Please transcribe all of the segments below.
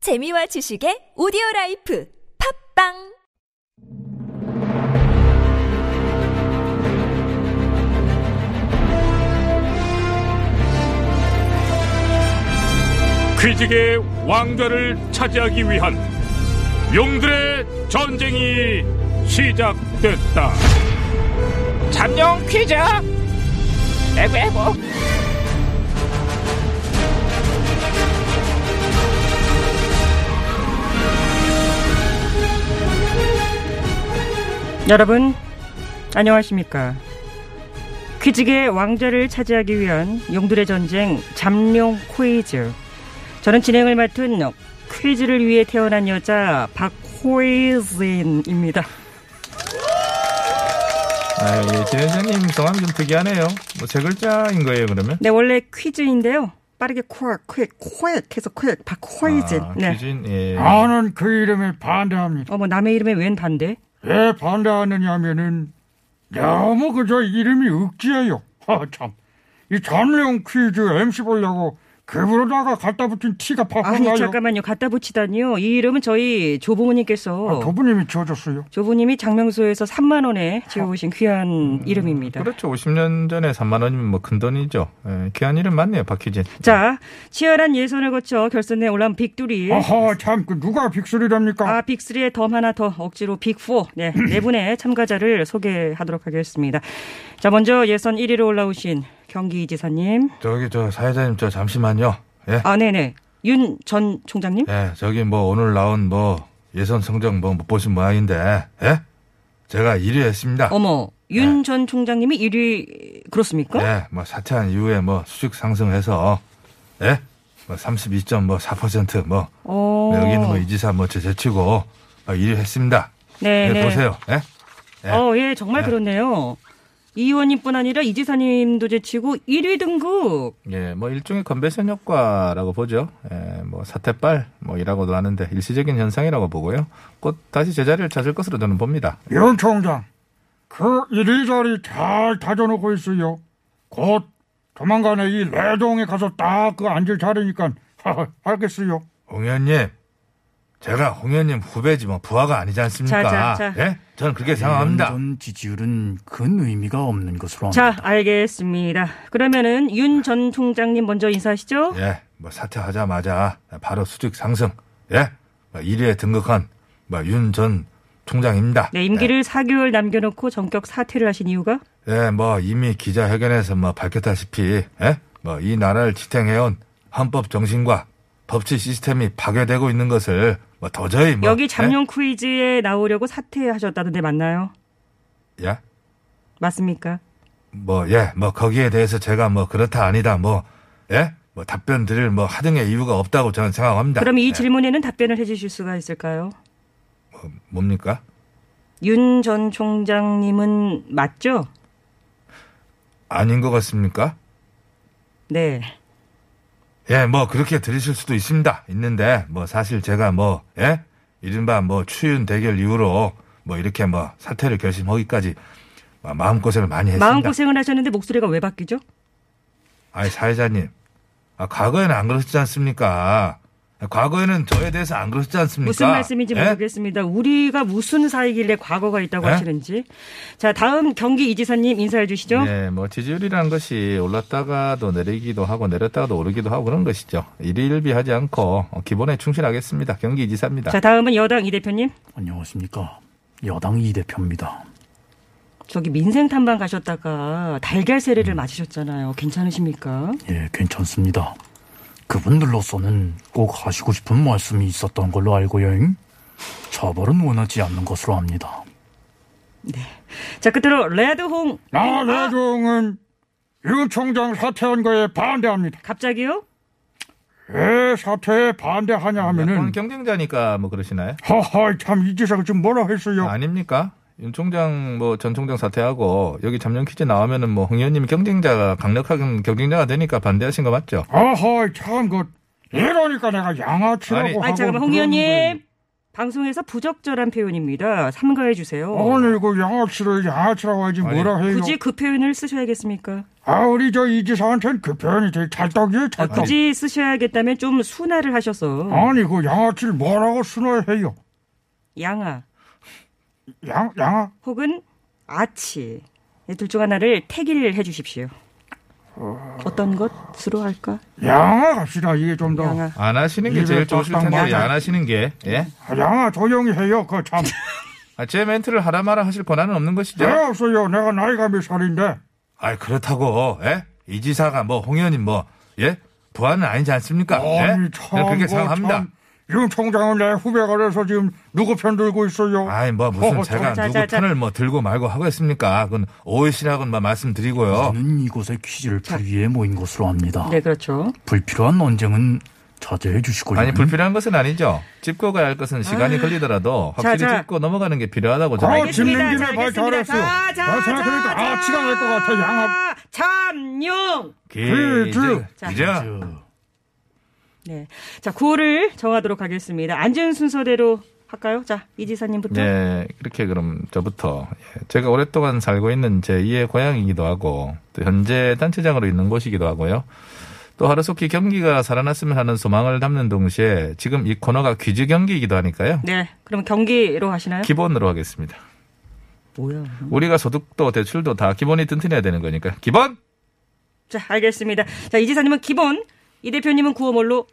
재미와 지식의 오디오 라이프 팝빵 퀴직의 왕좌를 차지하기 위한 용들의 전쟁이 시작됐다. 잠룡 퀴즈 에구 에구 여러분 안녕하십니까 퀴직의 왕자를 차지하기 위한 용들의 전쟁 잠룡 퀴즈 저는 진행을 맡은 퀴즈를 위해 태어난 여자 박호이진입니다 아, 예, 진 회장님 성함 좀 특이하네요. 뭐 세 글자인 거예요, 그러면? 네 원래 퀴즈인데요 빠르게 콕, 퀵, 콕 해서 퀵 박호이진 아, 네. 귀진, 예. 나는 그 이름에 반대합니다. 어머 뭐 남의 이름에 웬 반대 음. 왜 반대하느냐 하면은 너무 그저 이름이 억지예요. 하 참. 이 전령 퀴즈 MC 보려고 급으로다가 갖다 붙인 티가 팍팍 아니 나요. 잠깐만요 갖다 붙이다니요 이 이름은 저희 조부모님께서 아, 도부님이 지어줬어요. 조부님이 장명소에서 3만 원에 지어오신 귀한 음. 이름입니다. 그렇죠. 50년 전에 3만 원이면 뭐 큰 돈이죠. 예, 귀한 이름 맞네요, 박희진. 자, 치열한 예선을 거쳐 결선에 올라온 빅둘이 아하 참, 그 누가 빅소리랍니까? 아, 빅3에 덤 하나 더 억지로 빅4. 네, 네 분의 참가자를 소개하도록 하겠습니다. 자, 먼저 예선 1위로 올라오신 경기지사님. 저기 저 사회자님 저 잠시만요. 예. 아, 네네. 윤 전 총장님. 예, 저기 뭐 오늘 나온 뭐 예선 성적 뭐 못 보신 모양인데, 예? 제가 1위 했습니다. 어머, 윤 네. 전 총장님이 1위, 그렇습니까? 예, 뭐 사퇴한 이후에 뭐 수직 상승해서, 예? 뭐 32.4%, 뭐, 어. 여기는 뭐 이지사 뭐 제 제치고, 어, 1위 했습니다. 네, 예, 네. 보세요, 예? 예. 어, 예, 정말 예. 그렇네요. 이 의원님뿐 아니라 이 지사님도 제치고 1위 등극. 예, 뭐 일종의 컨벤션 효과라고 보죠. 예, 뭐 사태빨 뭐이라고도 하는데 일시적인 현상이라고 보고요. 곧 다시 제자리를 찾을 것으로 저는 봅니다. 윤 총장, 그 이리저리 잘 다져놓고 있어요. 곧 조만간에 이 레동에 가서 딱 그 앉을 자리니까 하하, 알겠어요. 홍 의원님, 제가 홍 의원님 후배지 뭐 부하가 아니지 않습니까? 자, 자, 자. 예, 저는 그렇게 생각합니다. 전 지지율은 큰 의미가 없는 것으로 합니다. 자, 알겠습니다. 그러면은 윤 전 총장님 먼저 인사하시죠. 예, 뭐 사퇴하자마자 바로 수직 상승. 예, 1위에 등극한 뭐 윤 전 총장입니다. 네, 임기를 4개월 남겨놓고 전격 사퇴를 하신 이유가? 예, 뭐 이미 기자회견에서 뭐 밝혔다시피, 예, 뭐 이 나라를 지탱해온 헌법 정신과 법치 시스템이 파괴되고 있는 것을 뭐 도저히 뭐 여기 잠룡 퀴즈에 나오려고 사퇴하셨다던데 맞나요? 예, 예? 맞습니까? 뭐 예, 뭐 거기에 대해서 제가 뭐 그렇다 아니다 뭐 예, 뭐 답변 드릴 뭐 하등의 이유가 없다고 저는 생각합니다. 그럼 이 예, 질문에는 답변을 해주실 수가 있을까요? 뭐, 뭡니까? 윤 전 총장님은 맞죠? 아닌 것 같습니까? 네. 예, 뭐 그렇게 들으실 수도 있습니다. 있는데 뭐 사실 제가 뭐 예? 이른바 뭐 추윤 대결 이후로 뭐 이렇게 뭐 사퇴를 결심하기까지 마- 마음고생을 많이 했습니다. 마음고생을 하셨는데 목소리가 왜 바뀌죠? 아니 사회자님. 아, 과거에는 안 그러셨지 않습니까? 과거에는 저에 대해서 안 그러셨지 않습니까? 무슨 말씀인지 예? 모르겠습니다. 우리가 무슨 사이길래 과거가 있다고 예? 하시는지. 자, 다음 경기 이지사님 인사해 주시죠. 네, 뭐 지지율이라는 것이 올랐다가도 내리기도 하고 내렸다가도 오르기도 하고 그런 것이죠. 일일비하지 않고 기본에 충실하겠습니다. 경기지사입니다. 자, 다음은 여당 이 대표님. 안녕하십니까. 여당 이 대표입니다. 저기 민생 탐방 가셨다가 달걀 세례를 음. 맞으셨잖아요. 괜찮으십니까? 예, 괜찮습니다. 그분들로서는 꼭 하시고 싶은 말씀이 있었던 걸로 알고요. 처벌은 원하지 않는 것으로 합니다. 자, 끝으로 레드홍. 나 아, 나종은 윤 총장 사퇴한 거에 반대합니다. 갑자기요? 왜 사퇴에 반대하냐 오늘 하면은 경쟁자니까 뭐 그러시나요? 허허 참 이지사가 지금 뭐라 했어요? 아닙니까? 윤 총장 뭐 전 총장 사퇴하고 여기 잠룡 퀴즈 나오면은 뭐 홍 의원님이 경쟁자가 강력한 경쟁자가 되니까 반대하신 거 맞죠? 허허 참그 이러니까 내가 양아치라고 아니, 하고 어, 아니, 잠깐만, 홍 그러는 의원님. 방송에서 부적절한 표현입니다. 삼가해 주세요. 어, 오늘 그 양아치를 양아치라고 하지 아니, 뭐라 해요. 굳이 그 표현을 쓰셔야겠습니까? 아 우리 저 이지사한테는 그 표현이 되게 찰떡이에요 찰떡. 굳이 쓰셔야겠다면 좀 순화를 하셔서 어? 아니 그 양아치를 뭐라고 순화해요. 양아 양 양아 혹은 아치 이 둘 중 하나를 택일 해주십시오. 어떤 것으로 할까? 양아 갑시다 이게 좀 어. 더. 양아. 안 하시는 게 제일 입에 좋으실 빡빡 텐데 맞아. 안 하시는 게 예? 아, 양아 조용히 해요 그 참. 아, 제 멘트를 하라 마라 하실 권한은 없는 것이죠. 왜 없어요 내가 나이가 몇 살인데. 아 그렇다고 예? 이 지사가 뭐 홍의원님 뭐 예? 부하는 아니지 않습니까? 네? 아니 예? 참. 저는 그렇게 그 생각합니다. 참. 윤 총장은 내 후배가 돼서 지금 누구 편 들고 있어요. 아이 뭐 무슨 어, 제가 자, 누구 자, 자. 편을 뭐 들고 말고 하겠습니까? 그건 오해시라고는 뭐 말씀드리고요. 저는 이곳의 퀴즈를 풀기 위해 모인 것으로 어. 압니다. 네 그렇죠. 불필요한 논쟁은 자제해 주시고요. 아니 불필요한 것은 아니죠. 짚고 가야 할 것은 시간이 걸리더라도 확실히 아. 자, 자. 짚고 넘어가는 게 필요하다고 저는 아, 알겠습니다. 짚는 자, 김에 말 알겠습니다. 잘했어. 자, 자, 아, 생각해보니까 자, 아, 자. 치가 날것 같아, 양아. 아, 참용. 퀴즈 그, 자. 퀴즈 저- 네. 자 구호를 정하도록 하겠습니다. 앉은 순서대로 할까요? 자 이지사님부터. 네, 그렇게 그럼 저부터 예, 제가 오랫동안 살고 있는 제 2의 고향이기도 하고 또 현재 단체장으로 있는 곳이기도 하고요. 또 하루속히 경기가 살아났으면 하는 소망을 담는 동시에 지금 이 코너가 퀴즈 경기이기도 하니까요. 네. 그럼 경기로 하시나요? 기본으로 하겠습니다. 뭐야? 우리가 소득도 대출도 다 기본이 튼튼해야 되는 거니까 기본 자 알겠습니다. 자 이지사님은 기본, 이 대표님은 구호몰로.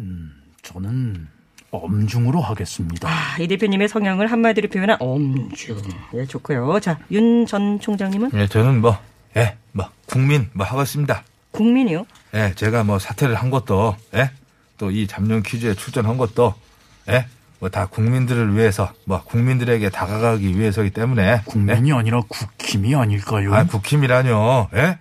음, 저는 엄중으로 하겠습니다. 아, 이 대표님의 성향을 한마디로 표현한 엄중. 예, 좋고요. 자, 윤 전 총장님은 음. 예, 저는 뭐, 예, 뭐, 국민, 뭐, 하겠습니다. 국민이요. 예, 제가 뭐, 사퇴를 한 것도, 예, 또 이 잠룡 퀴즈에 출전한 것도, 예, 뭐, 다 국민들을 위해서, 뭐, 국민들에게 다가가기 위해서이기 때문에. 국민이 아니라 국힘이 예? 아닐까요? 아, 국힘이라뇨, 예?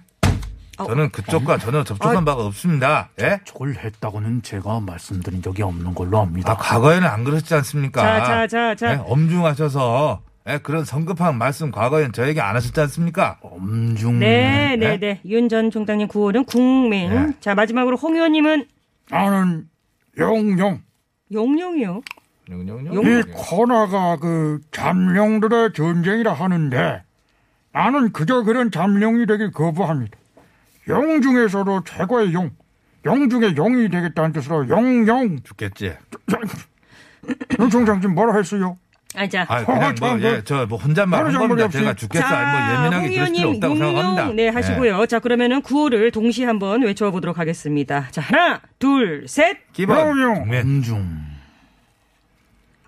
아우. 저는 그쪽과 전혀 접촉한 아, 바가 없습니다, 예? 저걸 했다고는 제가 말씀드린 적이 없는 걸로 압니다. 아, 과거에는 안 그러시지 않습니까? 자, 자, 자, 자. 예, 엄중하셔서, 예, 그런 성급한 말씀 과거엔 저에게 안 하셨지 않습니까? 어. 엄중. 네, 네, 네. 네. 윤 전 총장님 구호는 국민. 네. 자, 마지막으로 홍 의원님은 나는 용용. 용용이요. 이 예. 코너가 그 잠룡들의 전쟁이라 하는데 나는 그저 그런 잠룡이 되길 거부합니다. 용 중에서도 최고의 용, 용 중에 용이 되겠다는 뜻으로 용용. 죽겠지. 윤 총장 지금 뭐라 했어요? 아, 자. 아, 그냥 어, 뭐, 참, 예, 그- 저, 뭐, 혼잣말 한 하루 겁니다. 장거리 제가 없이. 죽겠어. 아니, 뭐, 예민하게 홍 그럴 필요 의원님 없다고 생각합니다. 용용 네 예. 하시고요. 자 그러면은 구호를 동시에 한번 외쳐보도록 하겠습니다. 자 하나 둘 셋 안 기본. 용용. 국민. 엄중.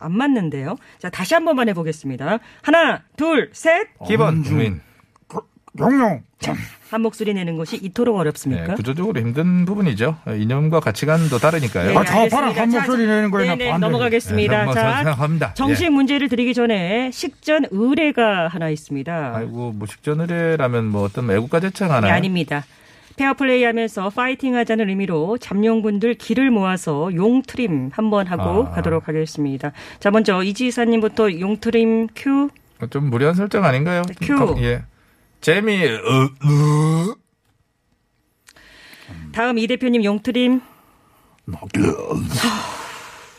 맞는데요. 자 다시 한 번만 해보겠습니다. 하나 둘 셋 한 기본. 엄중. 국민. 그, 용용. 목소리 내는 것이 이토록 어렵습니까? 예, 구조적으로 힘든 부분이죠. 이념과 가치관도 다르니까요. 네, 아, 좌파랑 알겠습니다. 한 목소리 내는 거에 나 네네, 반대를. 넘어가겠습니다. 아, 네, 뭐 저는 생각합니다. 정식 예. 문제를 드리기 전에 식전 의뢰가 하나 있습니다. 아이고, 뭐, 식전의례라면 뭐, 어떤 애국가 제창 네, 하나요? 아닙니다. 페어플레이 하면서 파이팅 하자는 의미로 잠룡분들 길을 모아서 용트림 한번 하고 아. 가도록 하겠습니다. 자, 먼저 이지사님부터 용트림 큐. 좀 무리한 설정 아닌가요? 네, 큐. 가- 예. 재미, 으, 으. 다음 이 대표님 용트림. 아.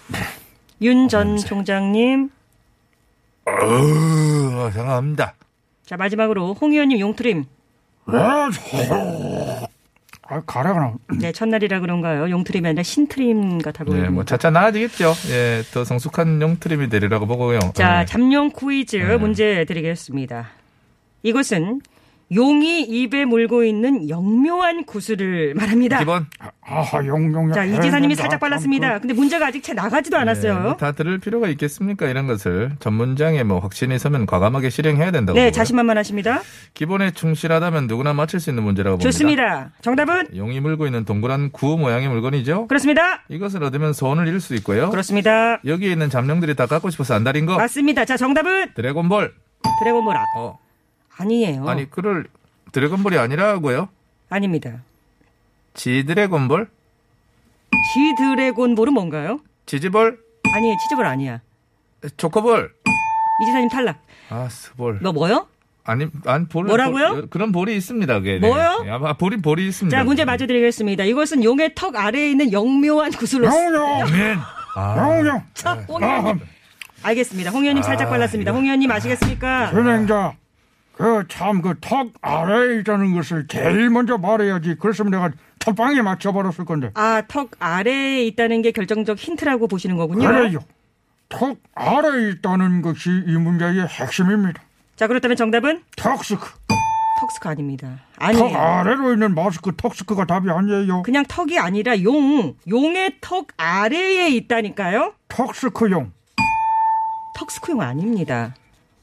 나- 윤 아, 전 총장님. 으, 생각합니다. 자, 마지막으로 홍 의원님 용트림. 왜? 저- 아, 가라가나. 네, 첫날이라 그런가요? 용트림이 아니라 신트림 같아 예, 보입니다. 뭐, 차차 나아지겠죠. 예, 더 성숙한 용트림이 되리라고 보고요. 자, 예. 잠룡 퀴즈 네. 문제 드리겠습니다. 이것은 용이 입에 물고 있는 영묘한 구슬을 말합니다. 기본. 아하, 용용. 자, 아, 이지사님이 나 살짝 참 빨랐습니다. 근데 문제가 아직 채 나가지도 그 네, 않았어요. 뭐다 들을 필요가 있겠습니까? 이런 것을 전문장에 뭐 확신이 서면 과감하게 실행해야 된다고. 네, 보고요. 자신만만하십니다. 기본에 충실하다면 누구나 맞출 수 있는 문제라고 봅니다. 좋습니다. 정답은 용이 물고 있는 동그란 구 모양의 물건이죠. 그렇습니다. 이것을 얻으면 소원을 잃을 수 있고요. 그렇습니다. 여기에 있는 잠룡들이 다 갖고 싶어서 안달인 거. 맞습니다. 자, 정답은 드래곤볼. 드래곤볼 아, 어, 아니에요. 아니 그를 드래곤볼이 아니라고요? 닙니다 지드래곤볼, 지 드래곤볼은 뭔가요? 지지볼, 아니에요. 치즈볼 아니야. 초코볼. 이지사님 탈락. 아, 스볼. 너 뭐요? 아니, 안 볼. 뭐라고요? 볼, 그런 볼이 있습니다. 그게. 뭐요? 네. 아마 볼이 볼이 있습니다. 자, 문제 마저 드리겠습니다. 이것은 용의 네. 턱 아래에 있는 영묘한 구슬로 용용. 민. 아, 용용. 자, 아, 홍현님. 알겠습니다. 홍 의원님 살짝 발랐습니다. 홍 의원님 아, 예. 아시겠습니까? 선행자, 그 참 그 턱 아래에 있다는 것을 제일 먼저 말해야지. 그랬으면 내가 첫방에 맞춰버렸을 건데. 아, 턱 아래에 있다는 게 결정적 힌트라고 보시는 거군요. 그래요. 턱 아래에 있다는 것이 이 문제의 핵심입니다. 자, 그렇다면 정답은 턱스크. 턱스가 아닙니다. 턱 아니에요. 아래로 있는 마스크 턱스크가 답이 아니에요. 그냥 턱이 아니라 용, 용의 턱 아래에 있다니까요. 턱스크용. 턱스코용 아닙니다.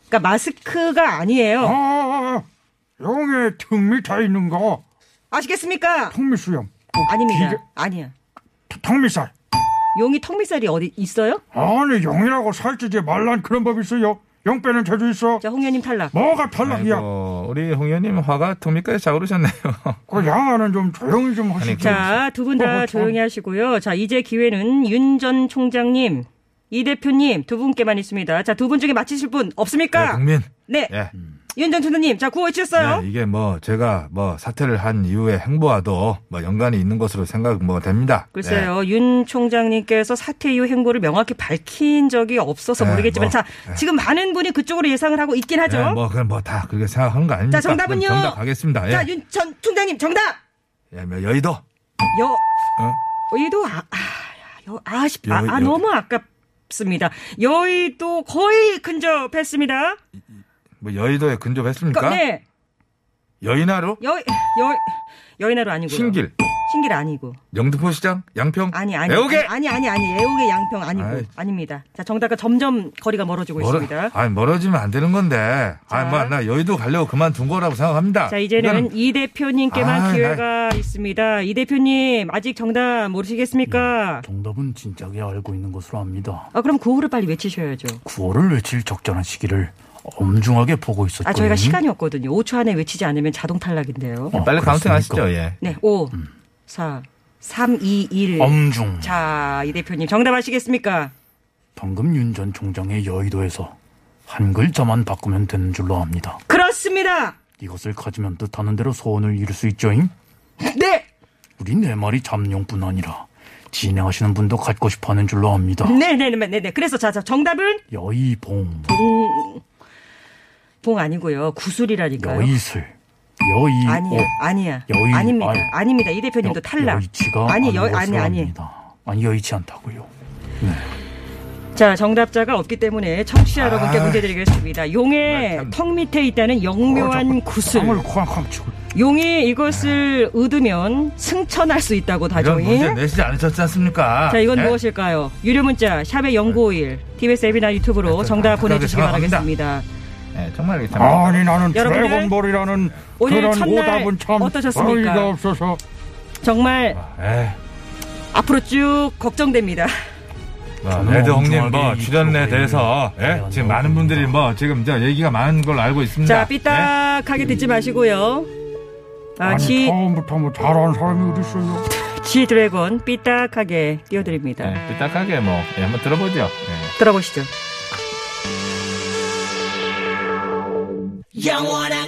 그러니까 마스크가 아니에요. 아, 용의 등 밑에 있는 거. 아시겠습니까? 턱미수염. 아닙니다. 아니야. 턱미살. 용이 턱밑살이 어디 있어요? 아니, 용이라고 살찌지 말란 그런 법 있어요. 용 빼는 재주 있어. 자, 홍 의원님 탈락. 뭐가 탈락이야. 아이고, 우리 홍 의원님 화가 턱밑까지 차오르셨네요. 그 양아는 좀 조용히 좀 하시죠. 음. 자, 두 분 다 어, 참. 조용히 하시고요. 자, 이제 기회는 윤 전 총장님, 이 대표님 두 분께만 있습니다. 자, 두 분 중에 맞히실 분 네, 없습니까? 국민. 네. 예. 윤 전 총장님, 자, 구호 외치셨어요? 네, 이게 뭐 제가 뭐 사퇴를 한 이후의 행보와도 뭐 연관이 있는 것으로 생각 뭐 됩니다. 글쎄요, 윤 총장님께서 사퇴 이후 행보를 명확히 밝힌 적이 없어서 네, 모르겠지만, 뭐, 자, 지금 많은 분이 그쪽으로 예상을 하고 있긴 하죠. 예, 뭐 그냥 뭐 다 그렇게 생각하는 거 아닙니까? 자, 정답은요? 그럼 정답 가겠습니다. 예. 자, 윤 전 총장님, 정답! 예, 뭐 여의도. 어? 여, 여의도, 아, 아, 여, 아쉽, 아, 여- 아, 여- 너무 아깝습니다. 여의도 거의 근접했습니다. 뭐 여의도에 근접했습니까? 그러니까, 네, 여의나루, 여, 여, 여의나루 아니고요. 신길, 신길 아니고. 영등포시장, 양평. 아니, 아니. 애옥에. 아니, 아니, 아니. 애옥의 양평 아니고. 아이. 아닙니다. 자, 정답과 점점 거리가 멀어지고 멀어, 있습니다. 아니 멀어지면 안 되는 건데. 자. 아니 뭐나 여의도 가려고 그만둔 거라고 생각합니다. 자, 이제는 이 대표님께만 아, 기회가 있습니다. 이 대표님, 아직 정답 음. 모르시겠습니까? 정답은 진작에 알고 있는 것으로 압니다. 아, 그럼 구호를 빨리 외치셔야죠. 9월을 외칠 적절한 시기를 엄중하게 보고 있었거든요. 아, 저희가 시간이 없거든요. 5초 안에 외치지 않으면 자동 탈락인데요. 그 어, 빨리 그렇습니까? 카운팅 하시죠. 예. 네, 5, 4, 3, 2, 1. 엄중. 네. 자, 이 대표님, 정답 아시겠습니까? 방금 윤 전 총장의 여의도에서 한 글자만 바꾸면 되는 줄로 압니다. 그렇습니다! 이것을 가지면 뜻하는 대로 소원을 이룰 수 있죠잉? 네! 우리 내 말이 잠룡뿐 아니라 진행하시는 분도 갖고 싶어하는 줄로 압니다. 음. 네네네, 네네. 그래서 자, 자, 정답은? 여의봉, 봉 아니고요. 구슬이라니까요. 여의슬, 여의옥, 아니야, 아니야. 여의- 아닙니다. 아유. 아닙니다. 이 대표님도 여- 탈락. 여의치가 아니, 아니, 여, 여, 아니, 아니. 아니다. 아니 여의치 않다고요. 자, 정답자가 없기 때문에 청취자 여러분께 문제 드리겠습니다. 용의 턱 밑에 있다는 영묘한 구슬. 땀을 쾅쾅 치고. 용이 이것을 얻으면 승천할 수 있다고 이런 문제 다정이. 내시지 않으셨지 않습니까? 아, 자, 이건 예? 무엇일까요? 유료 문자 샵의 0951, TBS 앱이나 유튜브로 네, 정답 깜깜하게 보내주시기 생각합니다. 바라겠습니다. 예, 정말 이렇게 아니, 나는 여러분들, 드래곤볼이라는 오늘 그런 첫날 오답은 참 어떠셨습니까? 어이가 없어서. 정말 에이. 앞으로 쭉 걱정됩니다. 아, 저는 레드홍님 뭐 엄중하게 이 출연에 프로그램을 대해서 예? 해야 지금 한다고 많은 분들이 봅니다. 뭐 지금 이제 얘기가 많은 걸 알고 있습니다. 자, 삐딱하게 듣지 마시고요. 아, 아니, 지, 처음부터 뭐 잘하는 사람이 어딨어요. 지 드래곤 삐딱하게 예? 띄워드립니다. 예, 삐딱하게 뭐 예, 한번 들어보죠. 예. 들어보시죠. 영원한